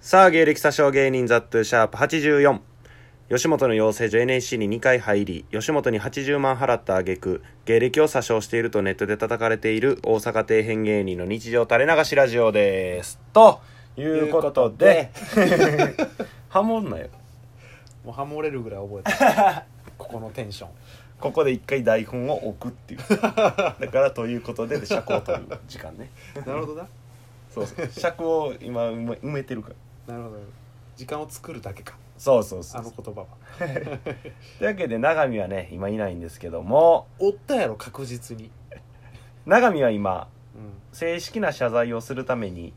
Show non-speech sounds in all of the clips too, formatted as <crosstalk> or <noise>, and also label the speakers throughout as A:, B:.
A: さあ、芸歴詐称芸人ザットゥシャープ84。吉本の養成所 NSC に2回入り、吉本に80万払った挙句、芸歴を詐称しているとネットで叩かれている大阪底辺芸人の日常垂れ流しラジオです。ということで、ハモんなよ。
B: もうハモれるぐらい <laughs> 覚えたここのテンション
A: ここで一回台本を置く <laughs> っていう。だから、ということで、で尺を取る時間ね。
B: なるほどな
A: そうそう。尺を今埋め埋めてるから。
B: なるほど時間を作るだけか
A: そうそうそ
B: あ
A: う
B: の。言葉は
A: というわけで、永見はね、今いないんですけども、
B: <laughs> おったやろ確実に
A: 永見は今、
B: <laughs> うん
A: 正式な謝罪をするために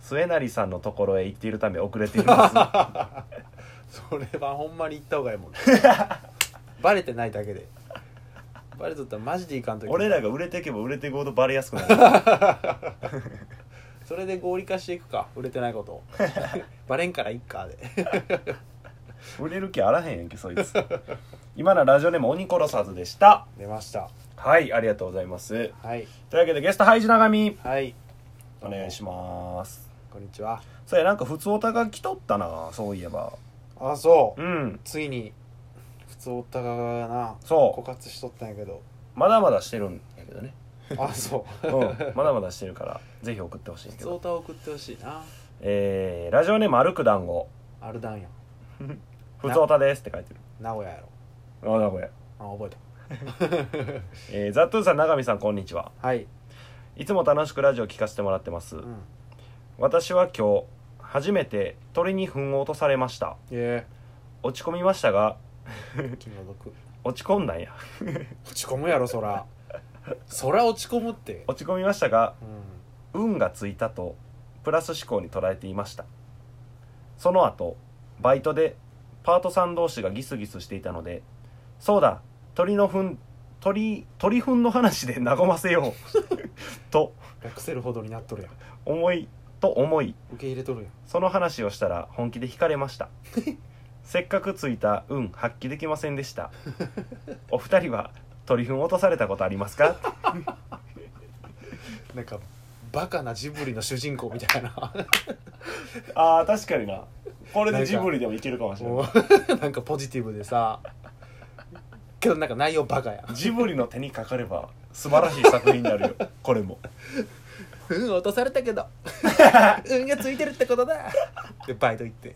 A: 末成さんのところへ行っているため遅れてい
B: <laughs>
A: ます
B: それはほんまに言った方がいい <laughs> もん、ね、バレてないだけでバレとったらマジでいかんとき
A: 俺らが売れていけば売れていくほどバレやすくなる
B: それで合理化していくか売れてないこと <laughs> をバレんからいっ <laughs> かで
A: 売れる気あらへんやんけそいつ今のラジオネーム鬼殺さずでした
B: 出ました
A: はいありがとうございます
B: はい
A: というわけでゲストハイジ長見
B: はい
A: お願いします
B: こんにちは
A: そうやなんか普通おたが来とったなそういえば
B: あそう
A: うん
B: ついに普通おったがな枯
A: そ
B: 渇しとったんやけ <laughs> ど
A: うまだまだしてるんやけどね
B: あそう
A: うんまだまだしてるからぜひ送ってほしいんや
B: 普
A: け
B: 通お
A: ど
B: たを送ってほしいな
A: えー、ラジオネーム歩く団子
B: あるだんや
A: 普通おたですって書いてる
B: 名古屋やろ
A: あなこれ
B: あ覚え <laughs>
A: えー、ザットゥーさん永見さんこんにちは
B: たはい、
A: いつも楽しくラジオ聞かせてもらってます、
B: うん、
A: 私は今日初めて鳥に糞を落とされました
B: え
A: 落ち込みましたが
B: え気の毒
A: 落ち込んだんや <laughs>
B: 落ち込むやろそらそら落ち込むって
A: 落ち込みましたが
B: うん
A: 運がついたとプラス思考に捉えていましたその後バイトでパートさん同士がギスギスしていたのでそうだ鳥の糞鳥鳥糞の話で和ませよう <laughs> と
B: 楽せるほどになっとるやん
A: 思いと思い
B: 受け入れとるやん
A: その話をしたら本気で惹かれました <laughs> せっかくついた運発揮できませんで <laughs> したお二人は鳥糞落とされたことありますか
B: なんかバカなジブリの主人公みたいな
A: あー確かになこ
B: れでジブ
A: リでもいけるかもし
B: もうなんかポジティブでさけどなんか内容バカや
A: ジブリの手にかかれば素晴らしい作品になるよこれも
B: 運落とされたけど <laughs> 運がついてるってことだでバイト行って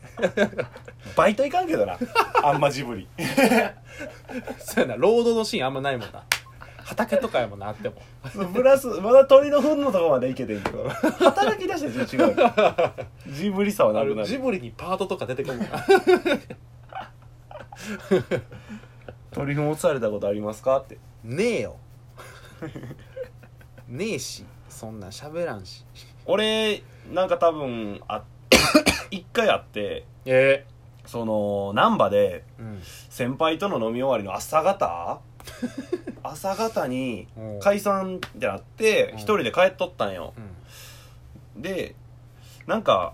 A: バイトいかんけどなあんまジブリ
B: そうやな労働のシーンあんまないもんな畑とかやもんなあっても
A: プラスまだ鳥の糞のとこまでいけていいけど働き出したら違うよジブリさはな
B: あ
A: くな
B: れ
A: る
B: ジブリにパートとか出てくるもんな
A: 鳥糞落とされたことありますかって
B: <laughs> ねえよ <laughs> ねえしそんなん喋らんし
A: 俺なんか多分あ <coughs> 一回あって
B: え
A: その難波で
B: えうん
A: 先輩との飲み終わりの朝方
B: <laughs>
A: 朝方に
B: うん
A: 解散ってなって
B: うん
A: 一人で帰っとったんよ
B: うん
A: でなんか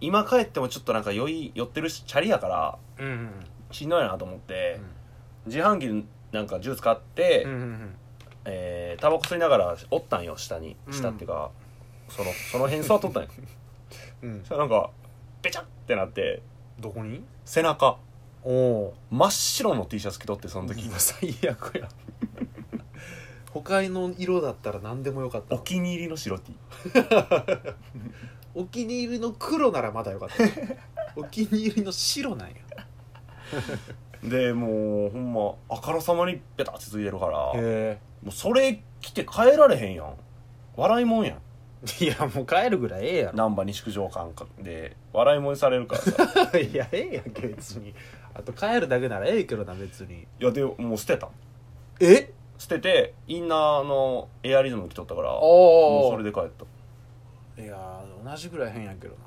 A: 今帰ってもちょっとなんか酔い酔ってるしチャリやから
B: うんうん
A: しんどいなと思って
B: うん、
A: 自販機なんかジュース買って、
B: うんうん
A: えータバコ吸いながらおったんよ下に下っていうか、そのその辺座っとったんよ
B: <laughs> うんうん
A: そしたらなんかベチャってなって
B: どこに
A: 背中
B: おお
A: 真っ白の T シャツ着とってその時
B: 最悪や他の色だったら何でもよかった
A: お気に入りの白 T
B: お気に入りの黒ならまだよかった <laughs> お気に入りの白なんや
A: でもうほんまあからさまにベタってついてるからも
B: へ
A: うそれ着て帰られへんやん笑いもんやん
B: えいやもう帰るぐらいええやろ
A: 難波西九条間で笑いもんにされるから
B: <laughs>
A: さ
B: いやええやんけ別にあと帰るだけならええけどな別に
A: いやでもう捨てた
B: え
A: 捨ててインナーのエアリズム着とったからも
B: お
A: うそれで帰った
B: いやー同じぐらい変やけ <laughs> どな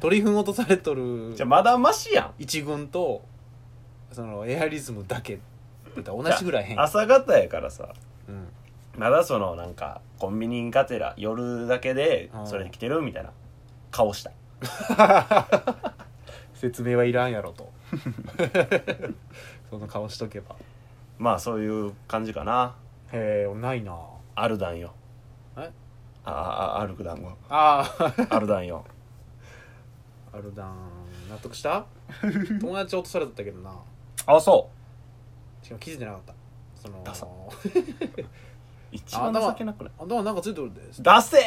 B: 鳥糞落とされとる
A: じゃあまだマシやん
B: 一軍とそのエアリズムだけって言ったら同じぐらい変や、
A: 朝方やからさ
B: うん、
A: まだそのなんかコンビニがてら夜だけでそれ着てるみたいな顔した
B: 説明はいらんやろ <laughs> とその顔しとけば
A: まあそういう感じかな
B: へえないな
A: あるだんよ
B: え
A: あああ歩く団子
B: ああ <laughs>
A: あるだんよ
B: あるだん納得した <laughs> 友達落とされとったけどな
A: あそ
B: しかも気づいてなかったその
A: ダサ
B: あ
A: う一番情けなくない
B: だからなんかついてるんです
A: 出
B: <laughs>
A: せ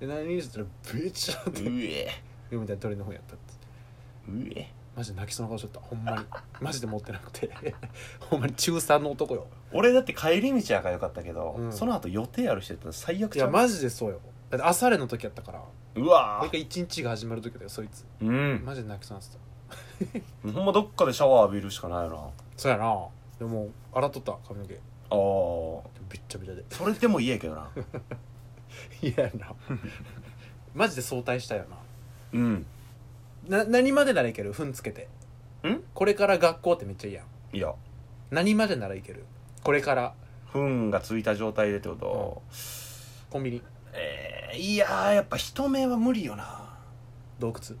B: で何言うたらブチャって
A: うえ
B: 読 <laughs> みたい鳥の方やったって
A: うえ
B: マジで泣きそうな顔しとったほんまにマジで持ってなくて <laughs> ほんまに中3の男よ
A: 俺だって帰り道やからよかったけど、
B: うん
A: その後予定ある人やったら最悪
B: い
A: ちゃ
B: や
A: う、
B: マジでそうよだって朝練の時やったからも
A: うわ
B: う一回一日が始まる時だよそいつ
A: うん
B: マジで泣きそうになってた
A: ほんまどっかでシャワー浴びるしかないよなあ
B: そうやなでも洗っとった髪の毛
A: あー
B: びっちゃびちゃで <laughs>
A: それでも嫌やけどな
B: いやや
A: <laughs>
B: なマジで早退したよ
A: うん
B: なな何までならいけるふんつけて
A: ん
B: これから学校ってめっちゃいいやん
A: いや
B: 何までならいけるこれから
A: 糞がついた状態でってこと、
B: コンビニ
A: えー、いやーやっぱ人目は無理よな
B: 洞窟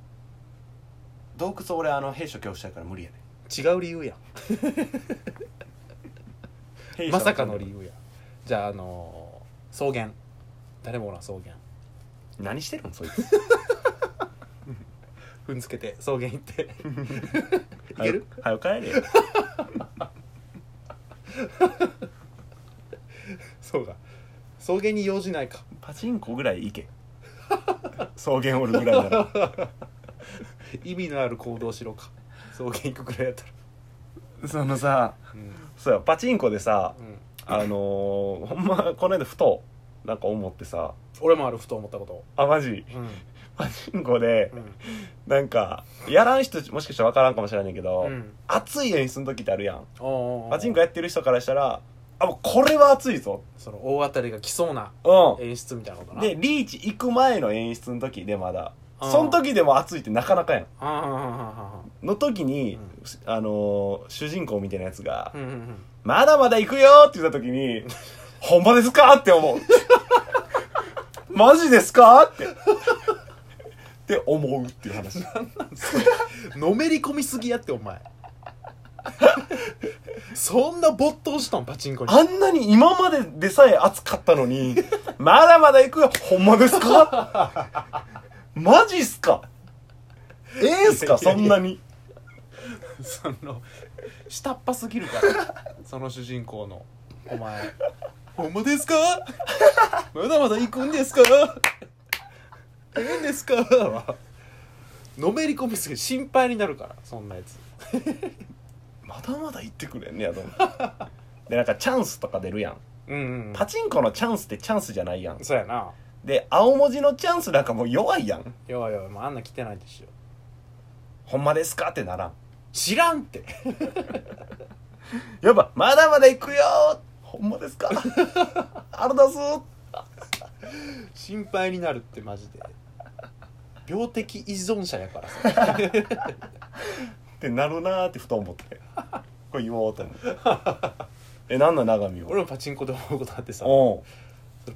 A: 洞窟俺あの閉所恐怖症やから無理やね
B: 違う理由やんまさかの理由やじゃああのー草原誰もおらん草原
A: 何してるんそいつ
B: 踏んつけて草原行って <laughs> いける
A: はよはよ帰れよ
B: そうか草原に用事ないか
A: パチンコぐらい行 <laughs> け草原おるぐらいなら
B: 意味のある行動しろか草原行くくらいやったら
A: そのさ
B: うん
A: そうやパチンコでさ
B: うん
A: あのー、ほんまこの間ふとなんか思ってさ
B: 俺もあるふと思ったこと
A: あマジ
B: うん
A: パチンコで
B: うん
A: なんかやらん人もしかしたら分からんかもしれないけど、
B: うん
A: 熱い演出の時ってあるやん
B: おーおーおー
A: パチンコやってる人からしたらあもうこれは熱いぞ
B: その大当たりが来そうな
A: う
B: 演出みたいなこと
A: ん
B: な
A: でリーチ行く前の演出の時でまだ
B: うん
A: その時でも熱いってなかなかやん
B: あああ
A: の時に、
B: うん
A: あのー主人公みたいなやつが
B: あうんうんうん
A: 「まだまだ行くよ!」って言った時
B: <laughs>
A: に「ほんまですか?」って思う <laughs> マジですかってって思うっていう話
B: のめり込みすぎやってお前 <laughs> そんな没頭したんパチンコに
A: あんなに今まででさえ暑かったの
B: <laughs>
A: に「まだまだ行くよほんまですか?」マジっすかええっす
B: <laughs>
A: かそんなに
B: その下っ端すぎるからその主人公のお前ほんまですかまだまだ行くんですかええんですかはのめり込みすぎる心配になるからそんなやつ
A: まだまだ行ってくれんねやと思ってでなんかチャンスとか出るやん
B: うんうん
A: パチンコのチャンスってチャンスじゃないやん
B: そうやな
A: で青文字のチャンスなんかもう弱いやん
B: よいよいもうあんな来てないでしょ
A: ほんまですかってならん
B: 知らんって
A: やっぱまだまだ行くよほんまです <laughs> かあれだぞ
B: 心配になるってマジで病的依存者やからさ
A: ってなるなーってふと思ってこれ言おうと思ってえなんなん長見を
B: 俺もパチンコで思うことあってさ
A: お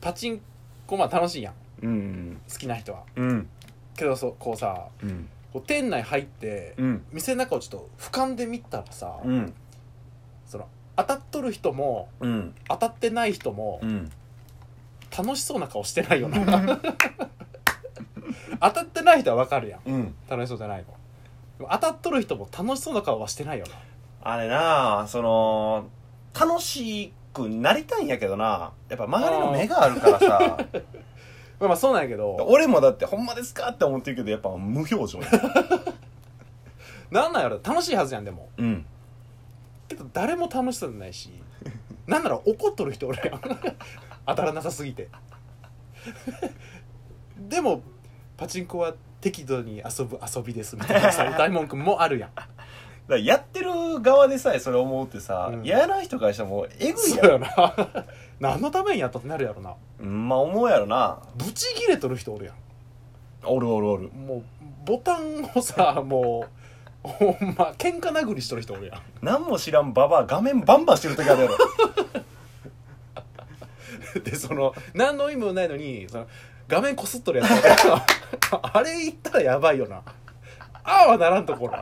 B: パチンコまあ楽しいやん
A: ううん
B: 好きな人は
A: うん
B: けどそうこうさ
A: うん
B: こう店内入って、
A: うん
B: 店の中をちょっと俯瞰で見たらさ、
A: うん
B: その当たっとる人も
A: うん
B: 当たってない人も、
A: うん
B: 楽しそうな顔してないよな <laughs> 当たってない人は分かるやん
A: うん
B: 楽しそうじゃないのでも当たっとる人も楽しそうな顔はしてないよな
A: あれなあその楽しくなりたいんやけどなやっぱ周りの目があるから <laughs> さ
B: まあまあそうなんやけど
A: 俺もだってほんまですかって思ってるけどやっぱ無表情や
B: なんなんやろ楽しいはずやんでも
A: うん
B: けど誰も楽しそうじゃな
A: <laughs>
B: いしなんなら怒っとる人俺 <laughs> 当たらなさすぎてでもパチンコは適度に遊ぶ遊びですみたい
A: <laughs>
B: なさ大文句もあるやん
A: だからやってる側でさえそれ思うってさ、
B: うん
A: やらない人からしたらもうえぐい
B: そ
A: や
B: う
A: ろ
B: やな <laughs> 何のためにやったってなるやろな
A: うんまあ思うやろな
B: ブチギレとる人おるや
A: おるおるおる
B: んもうボタンをさもうほんま喧嘩殴りしとる人おるやん
A: 何も知らんババア画面バンバンしてる時あるやろ
B: でその何の意味もないのにその画面こすっとるやつ <laughs> あれあれ言ったらやばいよなああはならんところ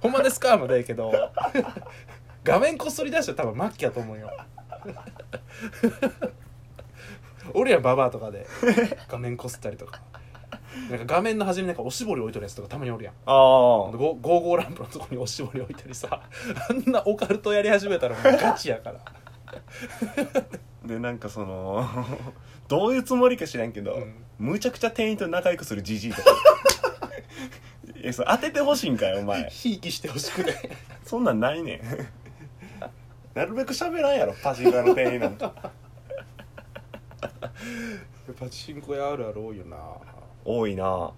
B: ほんまですかまだやけど画面こすり出したら多分末期やと思うよ俺やんババアとかで画面こすったりとかなんか画面の端になんかおしぼり置いとるやつとかたまにおるやん
A: あ <laughs> あ
B: ゴゴーゴーランプのとこにおしぼり置いたりさあんなオカルトやり始めたらもうガチやから
A: でなんかその <laughs> どういうつもりか知らんけど、
B: うん
A: むちゃくちゃ店員と仲良くするじじいとか <laughs> えそれ当ててほしいんかよお <laughs> 前
B: ひいきしてほしくて
A: そんなんないねん <laughs> なるべく喋らんやろパチンコ屋の店員なんて
B: パチンコ屋あるある多いよな
A: <laughs> 多いな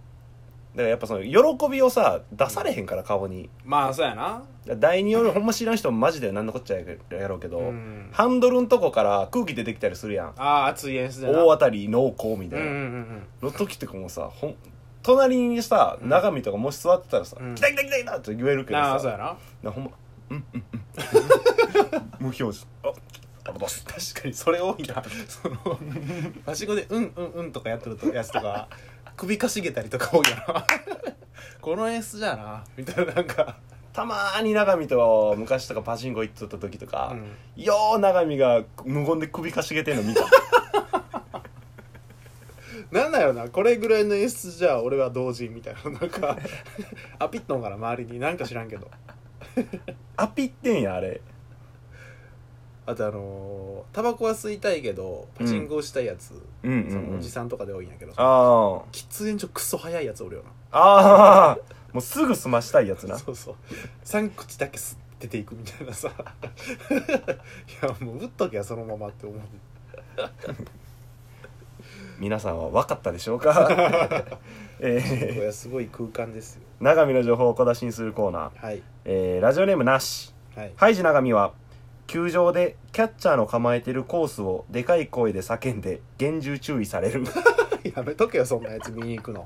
A: だからやっぱその喜びをさ出されへんから顔に
B: まあそうやな
A: だから第二よりほんま知らん人もマジで何のこっちゃやろうけど、
B: うん
A: ハンドルんとこから空気出てきたりするやん
B: ああ熱い演出で
A: 大
B: な
A: 当たり濃厚み
B: う
A: た
B: ん
A: いな、
B: うんう
A: の
B: ん
A: 時とかもさほん隣にさ永見とかもし座ってたらさ「
B: うん
A: 来た来た来た来た!」って言える
B: う
A: け
B: ん
A: ど
B: な
A: さ
B: あそうやな
A: なほんま「うんうん
B: <laughs>
A: うん」無表情あありがとうございます
B: 確かにそれ多いなそのパチンコで「うんうんうん」とかやってるとやつと <laughs> か首かしげたりとか多いよなこの演出じゃなみたいななんか、
A: たまーに永見と昔とかパチンコ行っとった時とか、
B: うん
A: よう永見が無言で首かしげてんの見た
B: <laughs> なんだよなこれぐらいの演出じゃ俺は同人みたいななんかアピットンから周りになんか知らんけど
A: アピってんやあれ
B: あとあのータバコは吸いたいけどパチンコしたいやつ、
A: うんうんうん
B: そのおじさんとかで多いんやけど
A: あー
B: 喫煙所クソ早いやつおるよ
A: あーもうすぐ済ましたいやつ
B: な
A: な
B: そうそう3口だけ吸ってていくみたいなさ <laughs> いやもう打っときゃそのままって思う
A: 皆さんは分かったでしょう
B: <laughs>
A: か
B: これ
A: え
B: はすごい空間ですよ
A: ー、永見の情報を小出しにするコーナー、
B: はい
A: えー、ラジオネームなし <laughs>
B: はい
A: ハイジ長見は球場でキャッチャーの構えてるコースをでかい声で叫んで厳重注意される
B: やめとけよそんなやつ見に行くの